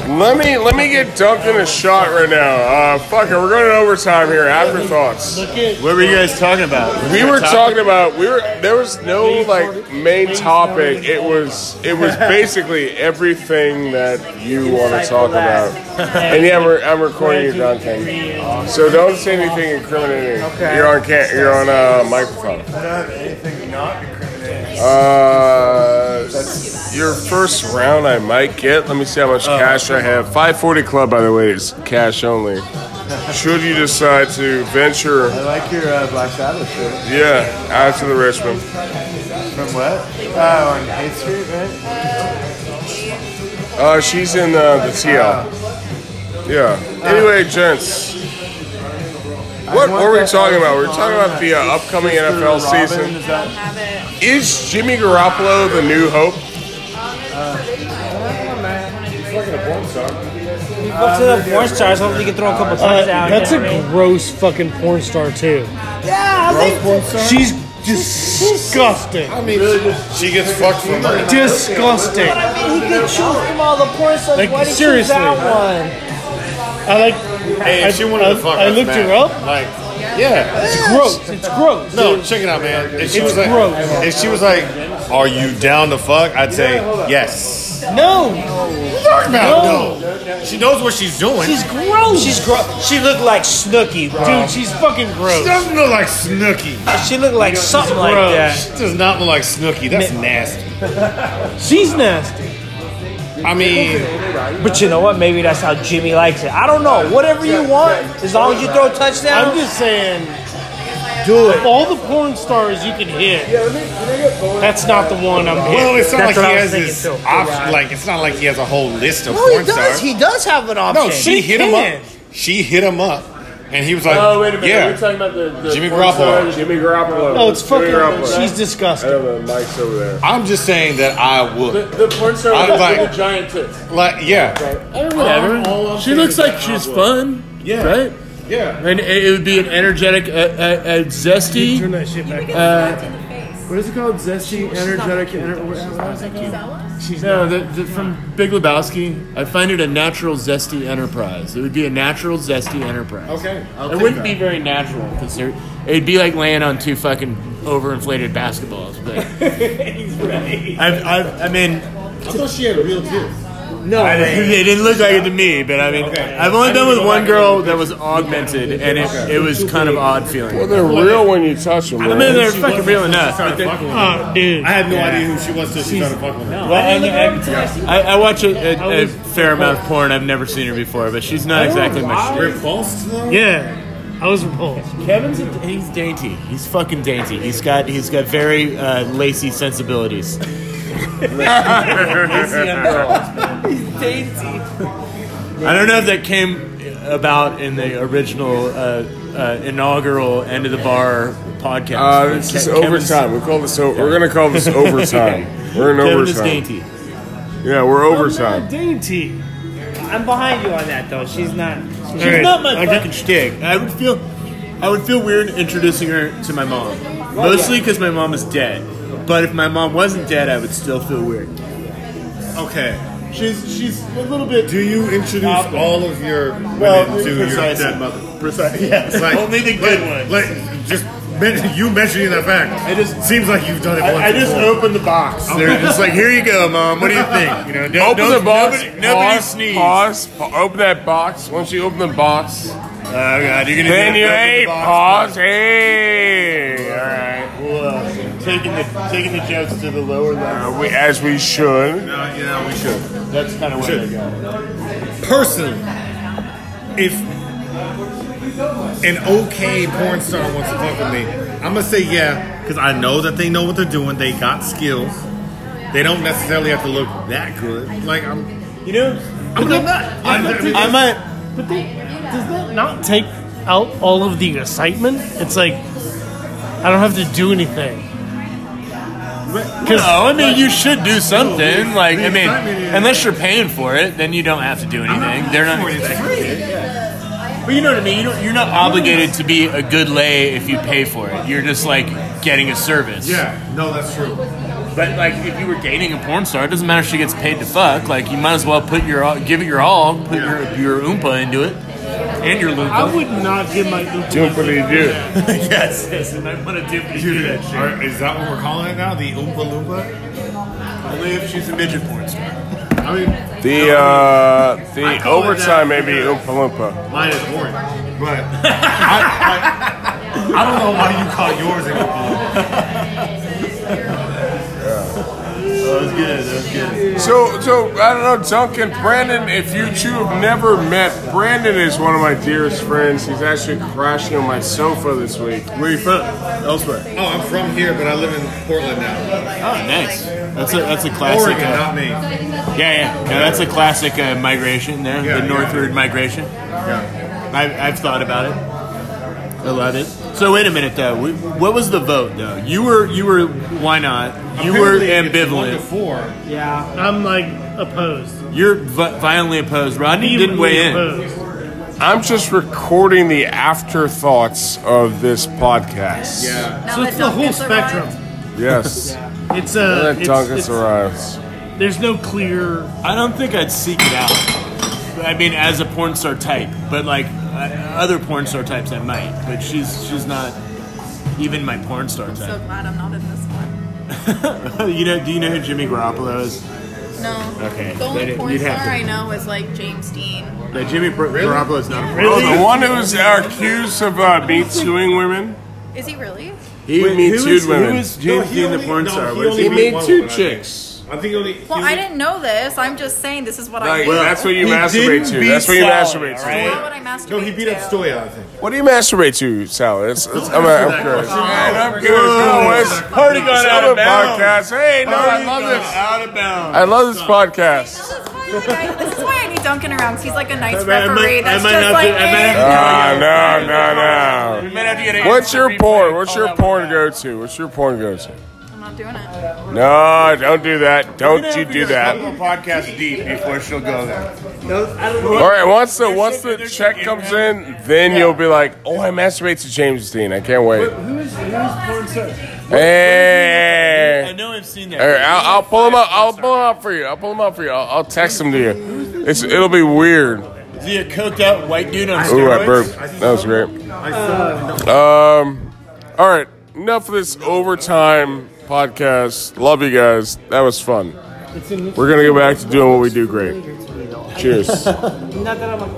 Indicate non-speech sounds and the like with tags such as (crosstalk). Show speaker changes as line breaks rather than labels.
Let me let me get dunked in a shot right now. Uh, fuck it, we're going to overtime here. Afterthoughts.
What were you guys talking about?
We were talking about we were there was no like main topic. It was it was basically everything that you want to talk about. And yeah, we're, I'm recording your dunking, so don't say anything incriminating. You're on can you're on a uh, microphone. Uh, your first round I might get. Let me see how much cash I have. 540 Club, by the way, is cash only. Should you decide to venture
I like your uh, Black Sabbath shirt.
yeah, out to the Richmond.
From what? Oh, on 8th Street, right?
Uh, she's in uh, the TL. Yeah. Anyway, gents, what
want
were we
that
talking about? We were
on,
talking about the uh,
uh,
upcoming
Sister
NFL
Robin,
season.
Is that,
Is Jimmy Garoppolo the new hope?
Up to the porn stars. Hopefully, you can throw a couple times out.
Uh, that's
you know what I
a
mean?
gross fucking porn star too.
Yeah, I think
She's disgusting.
she gets fucked from (laughs) her.
Disgusting.
I mean, he could choose from all the porn stars.
Like,
Why did he choose
seriously.
that one?
I like.
Hey,
I,
if she wanted
I,
to fuck
I
us,
looked
man,
her up.
Like, yeah.
It's gross. It's gross.
No, check it out, man. If she was like,
gross.
if she was like, "Are you down to fuck?" I'd say yes.
No,
No. She knows what she's doing.
she's gross.
She's gross. She looked like Snooki, bro.
dude. She's fucking
She
gross.
doesn't look like Snooky.
She looked like something like
gross.
that.
She does not look like Snooky. That's nasty.
She's nasty.
I mean,
But you know what? Maybe that's how Jimmy likes it. I don't know. Whatever you want, as long as you throw a touchdown.
I'm just saying.
do
Of all the porn stars you can hit, that's not the one I'm hitting.
well, it's not
That's
like
what
he
I
has
was
this
thinking, too.
option. Like, it's not like he has a whole list of
No, he
porn
does.
stars.
He does have an option.
No, she hit
can.
him up. She hit him up, and he was like,
Oh, wait a minute. We're
"Yeah."
talking about the, the
Jimmy
porn
Garoppolo.
star, Jimmy Garoppolo.
Oh,
no, it's
Jimmy
fucking.
Garoppolo.
She's
I
disgusting.
know the mic's over there.
I'm just saying that I would.
The porn star
I'm
with
like-
the giant tits.
Like, yeah,
Whatever. She looks like she's fun. Yeah. Right?
yeah.
And it it would be an energetic, a, a, a zesty.
that shit back.
What is it called? Zesty, energetic. She's no, the, the, from Big Lebowski. I find it a natural, zesty enterprise. It would be a natural, zesty enterprise.
Okay, I'll
it
take
wouldn't
that.
be very natural because it'd be like laying on two fucking overinflated basketballs.
(laughs)
But I've, I've, I mean,
I thought she had real tits.
No, I, they didn't look like it to me, but I mean,
Okay.
I've only been with one girl that was augmented, and it, it was kind of odd feeling.
Well, they're real when you touch them.
I
Right?
mean, they're fucking real enough. but they're-
Oh, dude.
I had no idea who she was till she started fucking with her.
Well, and- and- I, I watch a, a, a fair amount of porn. I've never seen her before, but she's not exactly my shit.
Repulsed though.
Yeah, I was repulsed.
Kevin's a, he's dainty. He's fucking dainty. He's got he's got very uh, lacy sensibilities. Uh, I don't know if that came about in the original uh, uh, inaugural end of the bar podcast.
Uh, this is
Ke- Kevin's-
overtime. We call this. O- We're gonna call this
(laughs)
overtime. We're in
Kevin is
overtime.
dainty.
Yeah, we're overtime.
Dainty.
I'm behind you on that though. She's not.
She's not my fucking shtick. I would feel, I would feel weird introducing her to my mom, mostly because my mom is dead. But if my mom wasn't dead, I would still feel weird.
Okay.
She's she's a little bit.
Do you introduce
Stop it.
all of your women to your
precise.
dead mother?
Precise. Yes.
It's like-
Only the
like-
good ones.
Like, just men- you mentioning that fact. It just seems like you've done it. once
I, I just
before.
opened the box.
They're just like, here you go, mom. What do you think? You know, don't,
Open
don't-
the box.
Nobody, nobody
pause,
sneeze.
Pause. pa- Open that box. Once you open the box,
Oh god, you're gonna.
then
do
you
it. Open the
hey
box.
pause. Hey. All right.
taking the taking the jokes to the lower level.
Uh, we, as we should.
No, you know, we should.
That's kind of what I
Should.
got.
personally, if an okay porn star wants to fuck with me, I'm gonna say yeah because I know that they know what they're doing. They got skills. They don't necessarily have to look that good. Like I'm,
You know,
I'm not. I'm,
I
I'm,
might.
But they, does that not take out all of the excitement? It's like I don't have to do anything.
No, I mean you should do something. Like I mean,
excitement is-
unless you're paying for it, then you don't have to do anything. They're not.
free.
But you know what I mean. You don't, you're not obligated to be a good lay if you pay for it. You're just like getting a service.
Yeah, no, that's true.
But like, if you were dating a porn star, it doesn't matter if she gets paid to fuck. Like, you might as well put your all, give it your all, put your your oompa into it, and your loompa.
I would not give my oompa
Doing what you do.
(laughs) yes.
Yes, and I want to dip
Dude,
into that shit.
are- is that what we're calling it now? The Oompa Loompa? Only if she's a midget porn star. I mean,
The uh,
I
the
call it
overtime
that.
may be Oompa Loompa.
mine is orange, but (laughs) I, I, I don't know why you call yours an Oompa Loompa. That was good. That was good.
So, so I don't know, Duncan, Brandon. If you two have never met, Brandon is one of my dearest friends. He's actually crashing on my sofa this week.
Where are you from? Elsewhere. Oh, I'm from here, but I live in Portland now.
Oh, nice. That's a that's a classic.
Oregon,
Uh,
not me.
yeah, yeah. No, that's a classic uh, migration there.
Yeah, yeah.
the northward migration.
Yeah.
I've, I've thought about it. I love it. So wait a minute though. We, what was the vote though? You were you were why not? You were
Apparently it's One to
ambivalent.
four.
Yeah, I'm like opposed.
You're vi- violently opposed. Rodney you didn't weigh in.
in.
I'm just recording the afterthoughts of this podcast.
Yeah.
So it's the whole spectrum.
Yes.
It's a.
That
It's,
Duncan's
it's,
arrives.
there's no clear.
I don't think I'd seek it out. I mean, as a porn star type, but like uh, other porn star types, I might. But she's she's not even my porn star
So
type. (laughs)
glad I'm not in this one.
you know? Do you know who Jimmy Garoppolo is?
No.
Okay,
The
they
only
didn't-
porn
you'd have
star
to-
I know is like James Dean.
That Jimmy Pro- Garoppolo is not a porn.
Oh, the one who's accused of uh, me tooing women.
Is he really?
He
Wait,
me
who is-
tooed
who
women.
is James
he
Dean, the
only-
porn
no,
star?
he
What is
only
he?
made one
two
woman, I think.
chicks.
I think only.
Well, I didn't know this. I'm just saying this is what I.
Like,
Well,
that's what you
he
masturbate
didn't
to.
beat
That's what you
Sally,
masturbate to.
alright?
what would I masturbate
No, he beat up
to?
Stoya, I think.
What do you masturbate to, Sally? It's, it's, I'm, I'm curious. I'm curious.
Already gone
It's
out
other
of bounds.
podcast. Hey, no, I
Already
love
gone
this.
Out of bounds.
I love this podcast.
This is why I- this is why I need Duncan around. 'cause He's like a nice
I might- I might-
referee.
I
That's
might
just
not
like.
do- I might
eh.
have
Ah, no, no, no.
We might have to get an
What's
extra
your
replay.
porn? What's your
Call that
porn
one
go to? What's your porn go to?
I'm not doing it.
No, don't do that. Don't you do that.
Podcast deep before she'll go there.
All right, once the once the check comes in, then you'll be like, oh, I masturbate to James Dean. I can't wait.
Who's, who's porn star? I
Hey.
know I've seen that.
All right, I'll, I'll pull him up. I'll pull him up for you. I'll pull him up for you. I'll, I'll text him to you. It's it'll be weird.
Is he a coked out white dude on
Ooh,
steroids?
I burped. That was great.
I saw
Um, all right, enough of this overtime podcast. Love you guys. That was fun. We're gonna go back to doing what we do great. Cheers.
Not that I'm like.